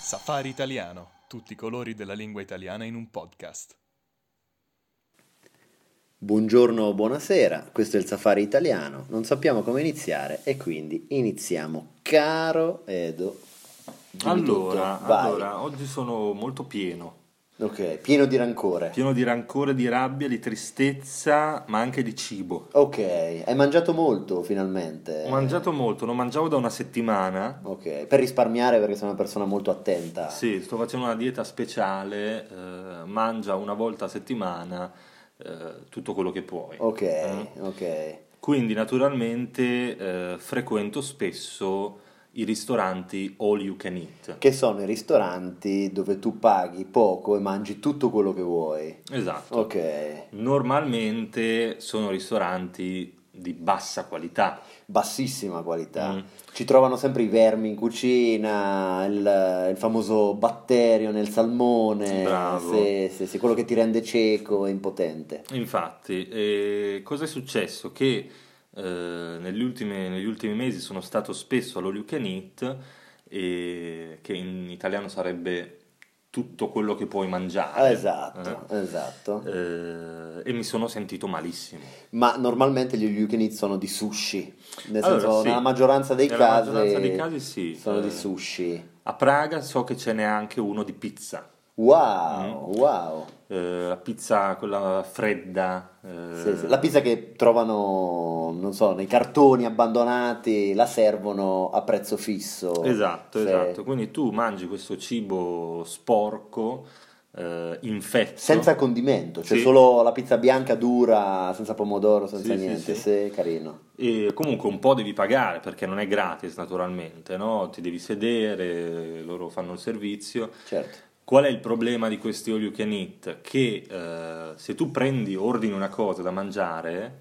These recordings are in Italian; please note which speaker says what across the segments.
Speaker 1: Safari Italiano, tutti i colori della lingua italiana in un podcast.
Speaker 2: Buongiorno o buonasera, questo è il Safari Italiano, non sappiamo come iniziare e quindi iniziamo. Caro Edo, dimmi
Speaker 3: Allora,
Speaker 2: tutto, vai.
Speaker 3: allora, oggi sono molto pieno,
Speaker 2: Ok, pieno di rancore.
Speaker 3: pieno di rancore, di rabbia, di tristezza, ma anche di cibo.
Speaker 2: Ok, hai mangiato molto finalmente.
Speaker 3: Ho mangiato molto, non mangiavo da una settimana.
Speaker 2: Ok, per risparmiare perché sei una persona molto attenta.
Speaker 3: Sì, sto facendo una dieta speciale, eh, mangia una volta a settimana eh, tutto quello che puoi.
Speaker 2: Ok,
Speaker 3: Eh?
Speaker 2: ok.
Speaker 3: Quindi naturalmente eh, frequento spesso i ristoranti all you can eat.
Speaker 2: Che sono i ristoranti dove tu paghi poco e mangi tutto quello che vuoi.
Speaker 3: Esatto.
Speaker 2: Ok,
Speaker 3: Normalmente sono ristoranti di bassa qualità.
Speaker 2: bassissima qualità.
Speaker 3: Mm.
Speaker 2: Ci trovano sempre i vermi in cucina, il, il famoso batterio nel salmone,
Speaker 3: Bravo.
Speaker 2: sì, sì, sì, quello che ti rende cieco e impotente.
Speaker 3: Infatti, eh, cosa è successo? Che eh, negli, ultimi, negli ultimi mesi sono stato spesso all'All You Can Eat, eh, che in italiano sarebbe tutto quello che puoi mangiare.
Speaker 2: Esatto, esatto.
Speaker 3: eh, eh, e mi sono sentito malissimo.
Speaker 2: Ma normalmente gli all you can eat sono di sushi, nel
Speaker 3: Allora,
Speaker 2: senso
Speaker 3: sì.
Speaker 2: nella maggioranza dei
Speaker 3: Nella
Speaker 2: casi
Speaker 3: maggioranza dei casi sì.
Speaker 2: sono
Speaker 3: Eh,
Speaker 2: di sushi.
Speaker 3: A Praga so che ce n'è anche uno di pizza.
Speaker 2: Wow,
Speaker 3: Mm.
Speaker 2: wow.
Speaker 3: Eh, la pizza quella fredda. eh,
Speaker 2: Sì, sì. La pizza che trovano, non so, nei cartoni abbandonati, la servono a prezzo fisso.
Speaker 3: Esatto,
Speaker 2: Sì.
Speaker 3: esatto. Quindi tu mangi questo cibo sporco, eh, infetto.
Speaker 2: Senza condimento, cioè
Speaker 3: Sì.
Speaker 2: solo la pizza bianca dura, senza pomodoro, senza
Speaker 3: Sì, sì,
Speaker 2: niente.
Speaker 3: sì.
Speaker 2: Sì, carino.
Speaker 3: E comunque un po' devi pagare perché non è gratis naturalmente, no? Ti devi sedere, loro fanno il servizio.
Speaker 2: Certo.
Speaker 3: Qual è il problema di questi all you can eat? Che eh, se tu prendi, ordini una cosa da mangiare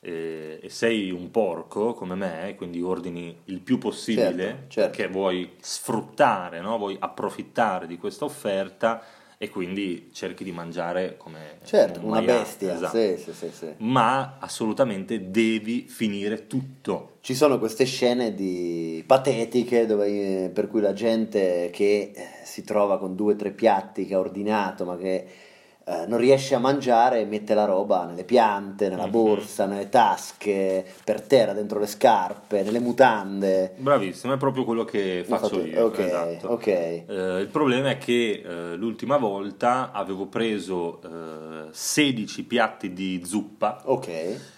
Speaker 3: eh, e sei un porco come me, quindi ordini il più possibile
Speaker 2: Certo, certo.
Speaker 3: perché vuoi sfruttare, no? vuoi approfittare di questa offerta e quindi cerchi di mangiare come
Speaker 2: Certo,
Speaker 3: come
Speaker 2: una
Speaker 3: maiale,
Speaker 2: bestia.
Speaker 3: Eh, esatto.
Speaker 2: Sì, sì, sì, sì.
Speaker 3: Ma assolutamente devi finire tutto.
Speaker 2: Ci sono queste scene di- patetiche dove, eh, per cui la gente che eh, si trova con due o tre piatti che ha ordinato ma che eh, non riesce a mangiare mette la roba nelle piante, nella
Speaker 3: Mhm.
Speaker 2: borsa, nelle tasche, per terra, dentro le scarpe, nelle mutande.
Speaker 3: Bravissimo, è proprio quello che faccio
Speaker 2: Infatti-
Speaker 3: io.
Speaker 2: ok,
Speaker 3: esatto.
Speaker 2: ok.
Speaker 3: Eh, il problema è che eh, l'ultima volta avevo preso eh, 16 piatti di zuppa
Speaker 2: Ok,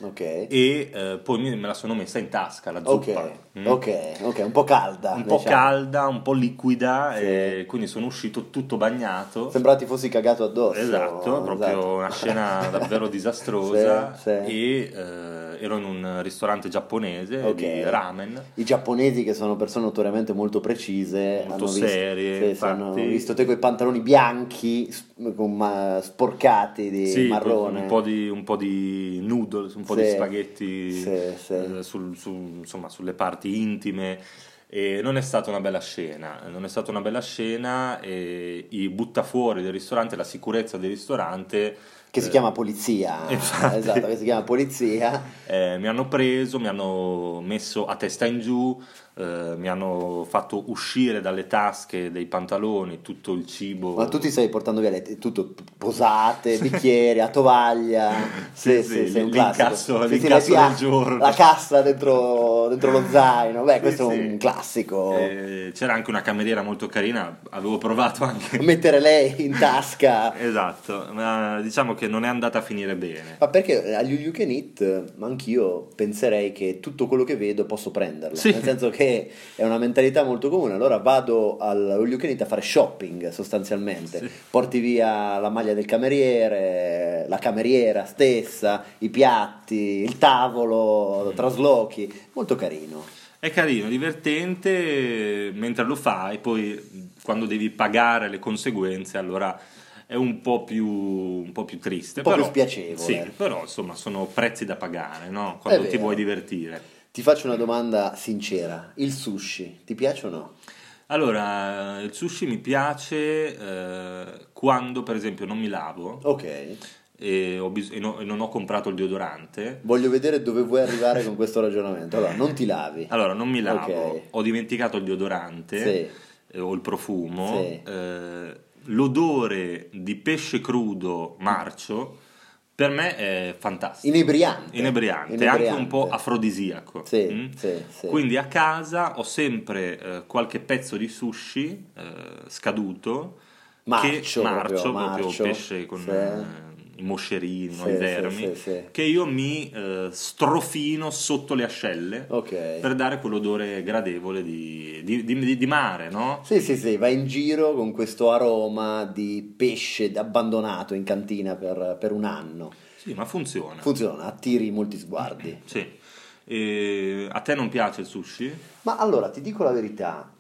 Speaker 2: ok.
Speaker 3: e eh, poi mi- me la sono messa in tasca la
Speaker 2: Ok,
Speaker 3: zuppa. Mm?
Speaker 2: ok, ok, un po' calda.
Speaker 3: Un po'
Speaker 2: diciamo.
Speaker 3: calda, un po' liquida,
Speaker 2: Sì.
Speaker 3: e quindi sono uscito tutto bagnato.
Speaker 2: Sembrava ti fossi cagato addosso.
Speaker 3: Esatto, proprio
Speaker 2: esatto.
Speaker 3: una scena davvero disastrosa
Speaker 2: Sì, sì.
Speaker 3: e eh, ero in un ristorante giapponese
Speaker 2: Ok.
Speaker 3: di ramen.
Speaker 2: I giapponesi, che sono persone notoriamente molto precise,
Speaker 3: Molto
Speaker 2: hanno visto,
Speaker 3: serie,
Speaker 2: sì, sì, hanno
Speaker 3: infatti.
Speaker 2: visto te quei pantaloni bianchi sp- con ma- sporcati di
Speaker 3: Sì,
Speaker 2: marrone.
Speaker 3: Un po' di, un po' di noodles, un po' di
Speaker 2: Sì,
Speaker 3: spaghetti
Speaker 2: sì, sì.
Speaker 3: eh, sul- su- insomma, sulle parti intime. E non è stata una bella scena, non è stata una bella scena e i buttafuori del ristorante, la sicurezza del ristorante
Speaker 2: Che si chiama polizia.
Speaker 3: Infatti.
Speaker 2: Esatto, che si chiama polizia.
Speaker 3: eh, mi hanno preso, mi hanno messo a testa in giù, eh, mi hanno fatto uscire dalle tasche dei pantaloni tutto il cibo.
Speaker 2: Ma tu ti stai portando via le- tutto posate, bicchieri, a tovaglia. Sì,
Speaker 3: Sì,
Speaker 2: sì,
Speaker 3: sì,
Speaker 2: sì, un
Speaker 3: l'incasso-
Speaker 2: classico. Sì, sì,
Speaker 3: l'incasso
Speaker 2: le pia-
Speaker 3: del giorno.
Speaker 2: La cassa dentro, dentro lo zaino. Beh,
Speaker 3: Sì,
Speaker 2: questo
Speaker 3: sì.
Speaker 2: è un classico.
Speaker 3: Eh, c'era anche una cameriera molto carina, avevo provato anche.
Speaker 2: Mettere lei in tasca.
Speaker 3: Esatto, ma diciamo che non è andata a finire bene.
Speaker 2: Ma perché agli You Can Eat, ma eh, anch'io penserei che tutto quello che vedo posso prenderlo.
Speaker 3: Sì.
Speaker 2: Nel senso che è una mentalità molto comune. Allora vado al You Can Eat a fare shopping sostanzialmente.
Speaker 3: Sì.
Speaker 2: Porti via la maglia del cameriere, la cameriera stessa, i piatti, il tavolo, traslochi. Molto carino.
Speaker 3: È carino, divertente mentre lo fai, poi quando devi pagare le conseguenze, allora è un po' più, un po' più triste.
Speaker 2: Un po' più
Speaker 3: però-
Speaker 2: spiacevole.
Speaker 3: Sì, però insomma sono prezzi da pagare, no? Quando ti
Speaker 2: vero.
Speaker 3: vuoi divertire.
Speaker 2: Ti faccio una domanda sincera. Il sushi, ti piace o no?
Speaker 3: Allora, il sushi mi piace eh, quando per esempio non mi lavo
Speaker 2: Ok.
Speaker 3: e, ho bis- e no- e non ho comprato il deodorante.
Speaker 2: Voglio vedere dove vuoi arrivare con questo ragionamento. Allora, non ti lavi.
Speaker 3: Allora, non mi lavo,
Speaker 2: Ok.
Speaker 3: ho dimenticato il deodorante.
Speaker 2: Sì.
Speaker 3: eh, o il profumo,
Speaker 2: Sì.
Speaker 3: eh, l'odore di pesce crudo marcio per me è fantastico.
Speaker 2: Inebriante.
Speaker 3: Inebriante, anche un po' afrodisiaco.
Speaker 2: Sì,
Speaker 3: Mm?
Speaker 2: sì, sì.
Speaker 3: Quindi a casa ho sempre eh, qualche pezzo di sushi eh, scaduto,
Speaker 2: Marcio,
Speaker 3: che,
Speaker 2: proprio,
Speaker 3: marcio,
Speaker 2: marcio.
Speaker 3: pesce con
Speaker 2: Sì.
Speaker 3: eh, i moscerini, no,
Speaker 2: Sì,
Speaker 3: i
Speaker 2: sì, sì,
Speaker 3: vermi,
Speaker 2: sì.
Speaker 3: che io mi eh, strofino sotto le ascelle
Speaker 2: Ok.
Speaker 3: per dare quell'odore gradevole di, di- di- di mare, no?
Speaker 2: Sì, sì, sì, vai in giro con questo aroma di pesce abbandonato in cantina per, per un anno.
Speaker 3: Sì, ma funziona.
Speaker 2: Funziona, attiri molti sguardi.
Speaker 3: Sì. E a te non piace il sushi?
Speaker 2: Ma allora, ti dico la verità,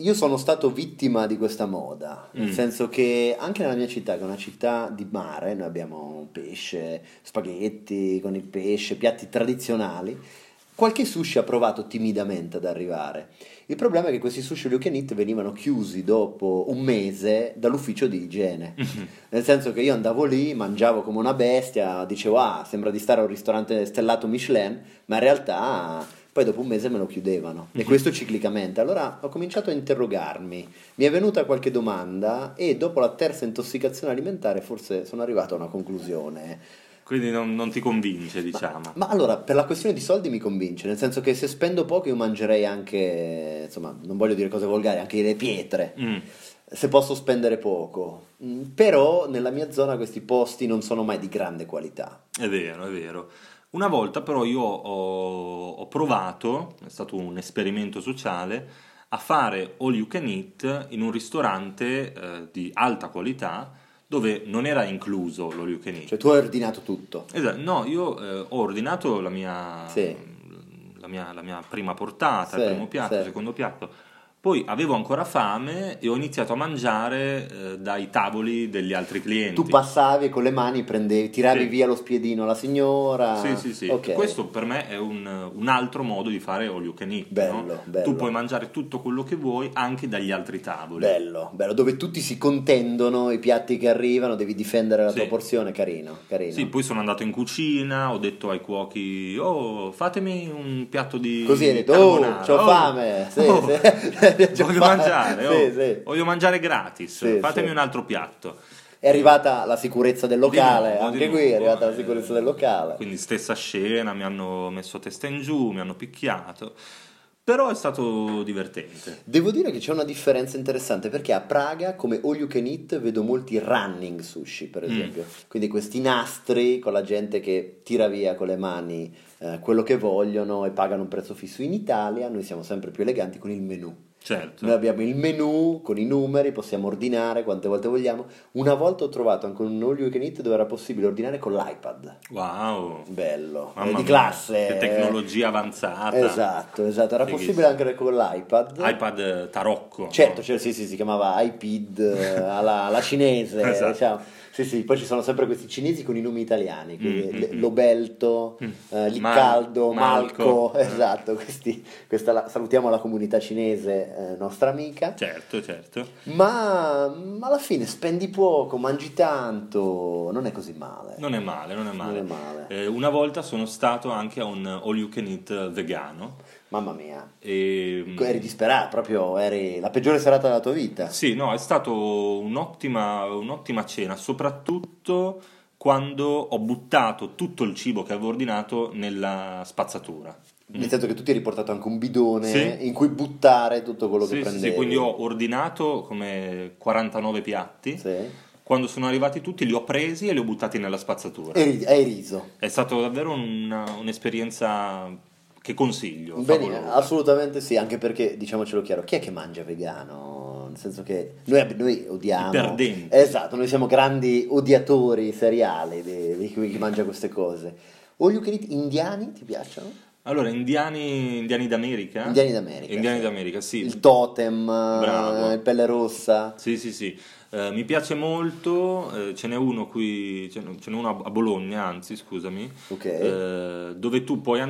Speaker 2: io sono stato vittima di questa moda, nel
Speaker 3: Mm.
Speaker 2: senso che anche nella mia città, che è una città di mare, noi abbiamo pesce, spaghetti con il pesce, piatti tradizionali, qualche sushi ha provato timidamente ad arrivare. Il problema è che questi sushi all you can eat venivano chiusi dopo un mese dall'ufficio di igiene. Nel senso che io andavo lì, mangiavo come una bestia, dicevo ah, sembra di stare a un ristorante stellato Michelin, ma in realtà poi dopo un mese me lo chiudevano. E questo ciclicamente. Allora ho cominciato a interrogarmi, mi è venuta qualche domanda e dopo la terza intossicazione alimentare forse sono arrivato a una conclusione.
Speaker 3: Quindi non, non ti convince, diciamo.
Speaker 2: Ma allora, per la questione di soldi mi convince, nel senso che se spendo poco io mangerei anche, insomma, non voglio dire cose volgari, anche le pietre
Speaker 3: Mm.
Speaker 2: se posso spendere poco. Mm, Però nella mia zona questi posti non sono mai di grande qualità.
Speaker 3: È vero, è vero. Una volta però io ho, ho provato, è stato un esperimento sociale, a fare all you can eat in un ristorante eh, di alta qualità dove non era incluso l'all you can eat.
Speaker 2: Cioè tu hai ordinato tutto.
Speaker 3: Esatto, no, io eh, ho ordinato la mia,
Speaker 2: Sì.
Speaker 3: la mia, la mia prima portata,
Speaker 2: Sì,
Speaker 3: il primo piatto,
Speaker 2: sì.
Speaker 3: il secondo piatto. Poi avevo ancora fame e ho iniziato a mangiare eh, dai tavoli degli altri clienti.
Speaker 2: Tu passavi e con le mani prendevi, tiravi
Speaker 3: Sì.
Speaker 2: via lo spiedino alla signora.
Speaker 3: Sì, sì, sì.
Speaker 2: Ok.
Speaker 3: Questo per me è un, un altro modo di fare all you can eat.
Speaker 2: Bello,
Speaker 3: no?
Speaker 2: bello.
Speaker 3: Tu puoi mangiare tutto quello che vuoi anche dagli altri tavoli.
Speaker 2: Bello, bello, dove tutti si contendono i piatti che arrivano, devi difendere la
Speaker 3: Sì.
Speaker 2: tua porzione, carino, carino.
Speaker 3: Sì, poi sono andato in cucina, ho detto ai cuochi, oh, fatemi un piatto di
Speaker 2: Così hai detto,
Speaker 3: carbonara,
Speaker 2: oh, c'ho fame, sì,
Speaker 3: oh,
Speaker 2: sì. C'ho
Speaker 3: voglio
Speaker 2: fame,
Speaker 3: mangiare, oh,
Speaker 2: sì, sì.
Speaker 3: voglio mangiare gratis,
Speaker 2: Sì,
Speaker 3: fatemi
Speaker 2: sì.
Speaker 3: un altro piatto.
Speaker 2: È arrivata la sicurezza del locale,
Speaker 3: Di nuovo,
Speaker 2: anche
Speaker 3: di
Speaker 2: qui è
Speaker 3: nuovo,
Speaker 2: arrivata la
Speaker 3: eh,
Speaker 2: sicurezza del locale.
Speaker 3: Quindi stessa scena, mi hanno messo testa in giù, mi hanno picchiato, però è stato divertente.
Speaker 2: Devo dire che c'è una differenza interessante perché a Praga, come all you can eat, vedo molti running sushi,
Speaker 3: Mm.
Speaker 2: per esempio. Quindi questi nastri con la gente che tira via con le mani eh, quello che vogliono e pagano un prezzo fisso. In Italia noi siamo sempre più eleganti con il menù.
Speaker 3: Certo.
Speaker 2: Noi abbiamo il menu con i numeri, possiamo ordinare quante volte vogliamo. Una volta ho trovato anche un all you can eat dove era possibile ordinare con l'iPad.
Speaker 3: Wow.
Speaker 2: Bello,
Speaker 3: Mamma
Speaker 2: eh, di
Speaker 3: mia,
Speaker 2: classe.
Speaker 3: Che tecnologia avanzata.
Speaker 2: Esatto, esatto, era
Speaker 3: Fighissimo.
Speaker 2: possibile anche con l'iPad.
Speaker 3: iPad eh, tarocco.
Speaker 2: Certo,
Speaker 3: no?
Speaker 2: cioè, sì, sì, si chiamava iPad eh, alla, alla cinese.
Speaker 3: Esatto.
Speaker 2: diciamo. Sì, sì, poi ci sono sempre questi cinesi con i nomi italiani, quindi
Speaker 3: Mm, mm,
Speaker 2: le-
Speaker 3: mm.
Speaker 2: Lobelto,
Speaker 3: Mm.
Speaker 2: eh,
Speaker 3: Mal-
Speaker 2: Liccaldo, Malco,
Speaker 3: Malco. Eh.
Speaker 2: esatto, questi, questa la- salutiamo la comunità cinese, eh, nostra amica.
Speaker 3: Certo, certo.
Speaker 2: Ma, ma alla fine spendi poco, mangi tanto, non è così male.
Speaker 3: Non è male, non è
Speaker 2: Non
Speaker 3: male.
Speaker 2: è male.
Speaker 3: Eh, una volta sono stato anche a un all you can eat vegano.
Speaker 2: Mamma mia,
Speaker 3: E, mm,
Speaker 2: eri disperato, proprio eri la peggiore serata della tua vita.
Speaker 3: Sì, no, è stata un'ottima, un'ottima cena, soprattutto quando ho buttato tutto il cibo che avevo ordinato nella spazzatura.
Speaker 2: Nel senso che tu ti hai riportato anche un bidone
Speaker 3: Sì.
Speaker 2: in cui buttare tutto quello che
Speaker 3: Sì, sì,
Speaker 2: prendevi.
Speaker 3: sì, quindi ho ordinato come 49 piatti.
Speaker 2: Sì.
Speaker 3: Quando sono arrivati tutti li ho presi e li ho buttati nella spazzatura.
Speaker 2: E ri- hai riso.
Speaker 3: È stata davvero una- un'esperienza che consiglio.
Speaker 2: Bene,
Speaker 3: favolosa.
Speaker 2: assolutamente sì, anche perché diciamocelo chiaro, chi è che mangia vegano? Nel senso che noi, ab- noi odiamo...
Speaker 3: I perdenti.
Speaker 2: Esatto, noi siamo grandi odiatori seriali di, di chi, chi mangia queste cose. O you can eat indiani ti piacciono?
Speaker 3: Allora, indiani, indiani d'America?
Speaker 2: Indiani d'America,
Speaker 3: Eh? Indiani
Speaker 2: sì.
Speaker 3: d'America, sì.
Speaker 2: Il totem, eh,
Speaker 3: Bravo.
Speaker 2: il pelle rossa.
Speaker 3: Sì, sì, sì. Eh, Eh, mi piace molto, eh, ce n'è uno qui, ce n'è ce n'è uno a- a Bologna, anzi, scusami,
Speaker 2: Ok.
Speaker 3: eh, dove tu puoi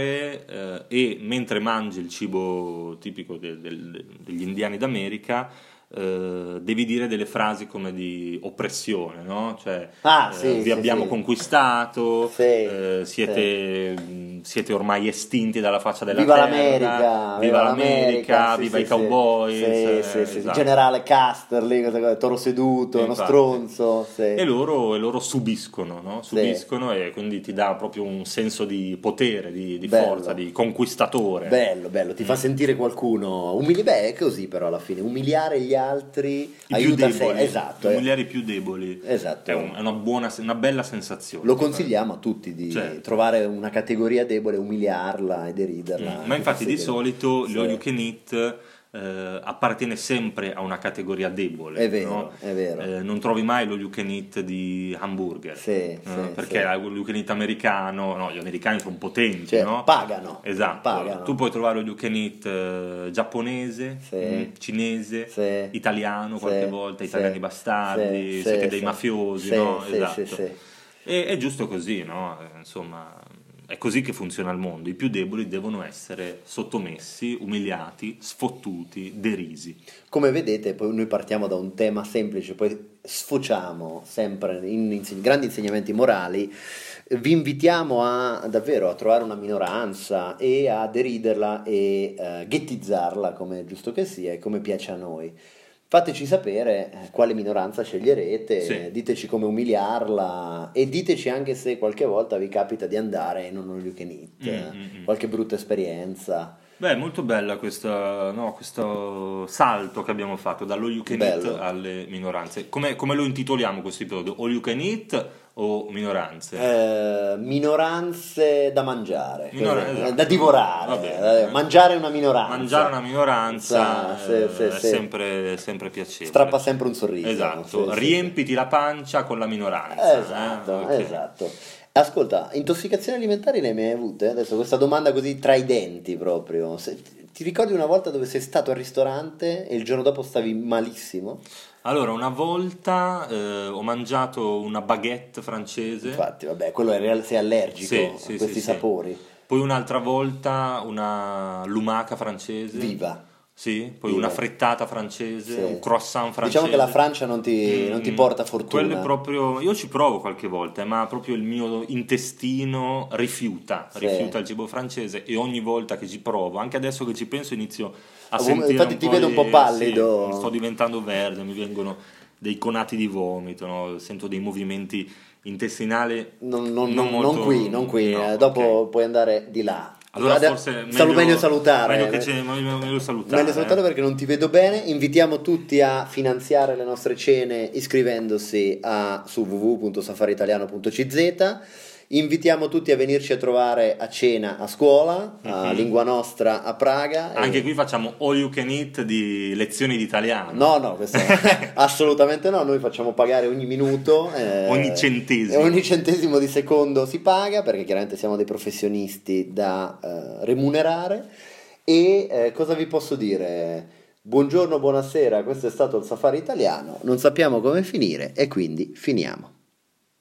Speaker 3: andare eh, e mentre mangi il cibo tipico de- del- degli indiani d'America, eh, devi dire delle frasi come di oppressione, no? Cioè,
Speaker 2: Ah,
Speaker 3: eh,
Speaker 2: sì,
Speaker 3: vi
Speaker 2: sì,
Speaker 3: abbiamo
Speaker 2: sì.
Speaker 3: conquistato,
Speaker 2: Sì,
Speaker 3: eh, siete, mh, siete ormai estinti dalla faccia della
Speaker 2: viva
Speaker 3: terra,
Speaker 2: l'America,
Speaker 3: viva l'America,
Speaker 2: sì,
Speaker 3: viva
Speaker 2: sì,
Speaker 3: i
Speaker 2: sì.
Speaker 3: cowboys, eh,
Speaker 2: Sì, sì, sì, il
Speaker 3: esatto.
Speaker 2: generale Custer lì, questa cosa, toro seduto, uno
Speaker 3: Infatti.
Speaker 2: stronzo. sì.
Speaker 3: E loro, e loro subiscono, no? subiscono e quindi ti dà proprio un senso di potere, di, di
Speaker 2: Bello.
Speaker 3: forza, di conquistatore.
Speaker 2: Bello, bello, ti fa
Speaker 3: Mm.
Speaker 2: sentire qualcuno umili, beh, è così però alla fine, umiliare gli altri
Speaker 3: I più
Speaker 2: aiuta
Speaker 3: deboli,
Speaker 2: sé, esatto, eh.
Speaker 3: umiliare i più deboli.
Speaker 2: Esatto.
Speaker 3: È, un- è una, buona, se- una bella sensazione.
Speaker 2: Lo consigliamo a tutti di
Speaker 3: Certo.
Speaker 2: trovare una categoria debole, umiliarla e deriderla.
Speaker 3: Mm, Ma infatti di solito
Speaker 2: Ah, Sì.
Speaker 3: l'all you can eat eh, appartiene sempre a una categoria debole.
Speaker 2: È vero,
Speaker 3: no?
Speaker 2: è vero.
Speaker 3: Eh, non trovi mai l'all you can eat di hamburger.
Speaker 2: Sì,
Speaker 3: eh,
Speaker 2: sì,
Speaker 3: perché
Speaker 2: sì.
Speaker 3: l'all you can eat americano, no, gli americani sono potenti,
Speaker 2: Cioè,
Speaker 3: no?
Speaker 2: pagano.
Speaker 3: Esatto,
Speaker 2: Pagano.
Speaker 3: tu puoi trovare lo you can eat eh, giapponese,
Speaker 2: Sì.
Speaker 3: mm, cinese,
Speaker 2: Sì.
Speaker 3: italiano qualche
Speaker 2: Sì,
Speaker 3: volta,
Speaker 2: sì,
Speaker 3: italiani bastardi,
Speaker 2: sì,
Speaker 3: siete
Speaker 2: sì,
Speaker 3: dei
Speaker 2: sì.
Speaker 3: mafiosi,
Speaker 2: Sì,
Speaker 3: no?
Speaker 2: sì,
Speaker 3: esatto.
Speaker 2: sì, sì.
Speaker 3: E è giusto così, no? Eh, Insomma, è così che funziona il mondo. I più deboli devono essere sottomessi, umiliati, sfottuti, derisi.
Speaker 2: Come vedete, poi noi partiamo da un tema semplice, poi sfociamo sempre in inse- grandi insegnamenti morali. Vi invitiamo a davvero a trovare una minoranza e a deriderla e eh, ghettizzarla come è giusto che sia e come piace a noi. Fateci sapere eh, quale minoranza sceglierete,
Speaker 3: Sì.
Speaker 2: diteci come umiliarla e diteci anche se qualche volta vi capita di andare in un all you can eat,
Speaker 3: Mm,
Speaker 2: eh,
Speaker 3: mm, mm.
Speaker 2: qualche brutta esperienza.
Speaker 3: Beh, è molto bella questa, no, questo salto che abbiamo fatto dallo you can
Speaker 2: Bello.
Speaker 3: eat alle minoranze. Come, come lo intitoliamo questo episodio? O you can eat o minoranze?
Speaker 2: Eh, minoranze da mangiare,
Speaker 3: Minora-
Speaker 2: così,
Speaker 3: esatto.
Speaker 2: da divorare,
Speaker 3: Va bene.
Speaker 2: eh, mangiare una minoranza,
Speaker 3: Mangiare una minoranza
Speaker 2: Sa- se- se-
Speaker 3: eh, è
Speaker 2: se-
Speaker 3: sempre, sempre piacevole.
Speaker 2: strappa sempre un sorriso.
Speaker 3: Esatto,
Speaker 2: diciamo, Sì, sì,
Speaker 3: riempiti la pancia con la
Speaker 2: sì.
Speaker 3: minoranza. eh,
Speaker 2: Esatto,
Speaker 3: ok.
Speaker 2: esatto. Ascolta, intossicazioni alimentari le hai mai avute? Adesso questa domanda così tra i denti proprio. Se- ti ricordi una volta dove sei stato al ristorante e il giorno dopo stavi malissimo?
Speaker 3: Allora, una volta eh, ho mangiato una baguette francese,
Speaker 2: Infatti, vabbè, quello è real- sei allergico
Speaker 3: Sì,
Speaker 2: a
Speaker 3: sì, sì,
Speaker 2: questi
Speaker 3: sì.
Speaker 2: sapori.
Speaker 3: poi un'altra volta una lumaca francese.
Speaker 2: Viva.
Speaker 3: Sì, poi
Speaker 2: Viva.
Speaker 3: una frittata francese,
Speaker 2: Sì.
Speaker 3: un croissant francese.
Speaker 2: Diciamo che la Francia non ti, non ti
Speaker 3: Mm,
Speaker 2: porta fortuna.
Speaker 3: Quello è proprio. Io ci provo qualche volta, eh, ma proprio il mio intestino rifiuta,
Speaker 2: Sì.
Speaker 3: rifiuta il cibo francese e ogni volta che ci provo, anche adesso che ci penso, inizio a
Speaker 2: Ah,
Speaker 3: sentire.
Speaker 2: infatti
Speaker 3: un
Speaker 2: ti
Speaker 3: po'
Speaker 2: vedo un
Speaker 3: di-
Speaker 2: po' pallido.
Speaker 3: sì, sto diventando verde, mi vengono dei conati di vomito, no? sento dei movimenti intestinali.
Speaker 2: Non, non-
Speaker 3: Non
Speaker 2: non
Speaker 3: molto-
Speaker 2: qui, non qui,
Speaker 3: no,
Speaker 2: eh, dopo
Speaker 3: ok.
Speaker 2: puoi andare di là.
Speaker 3: Allora,
Speaker 2: Ade-
Speaker 3: forse meglio,
Speaker 2: salu- meglio salutare. eh.
Speaker 3: Meglio, che ce- meglio- meglio salutare. eh.
Speaker 2: Meglio salutare perché non ti vedo bene. Invitiamo tutti a finanziare le nostre cene iscrivendosi a, su www.safaritaliano.cz. Invitiamo tutti a venirci a trovare a cena a scuola, a
Speaker 3: Mhm.
Speaker 2: Lingua Nostra a Praga. e-
Speaker 3: Anche qui facciamo all you can eat di lezioni di italiano.
Speaker 2: No, no, questo assolutamente no, noi facciamo pagare ogni minuto. eh,
Speaker 3: Ogni centesimo.
Speaker 2: e Ogni centesimo di secondo si paga perché chiaramente siamo dei professionisti da eh, remunerare. E eh, cosa vi posso dire? Buongiorno, buonasera, questo è stato il Safari Italiano, non sappiamo come finire e quindi finiamo.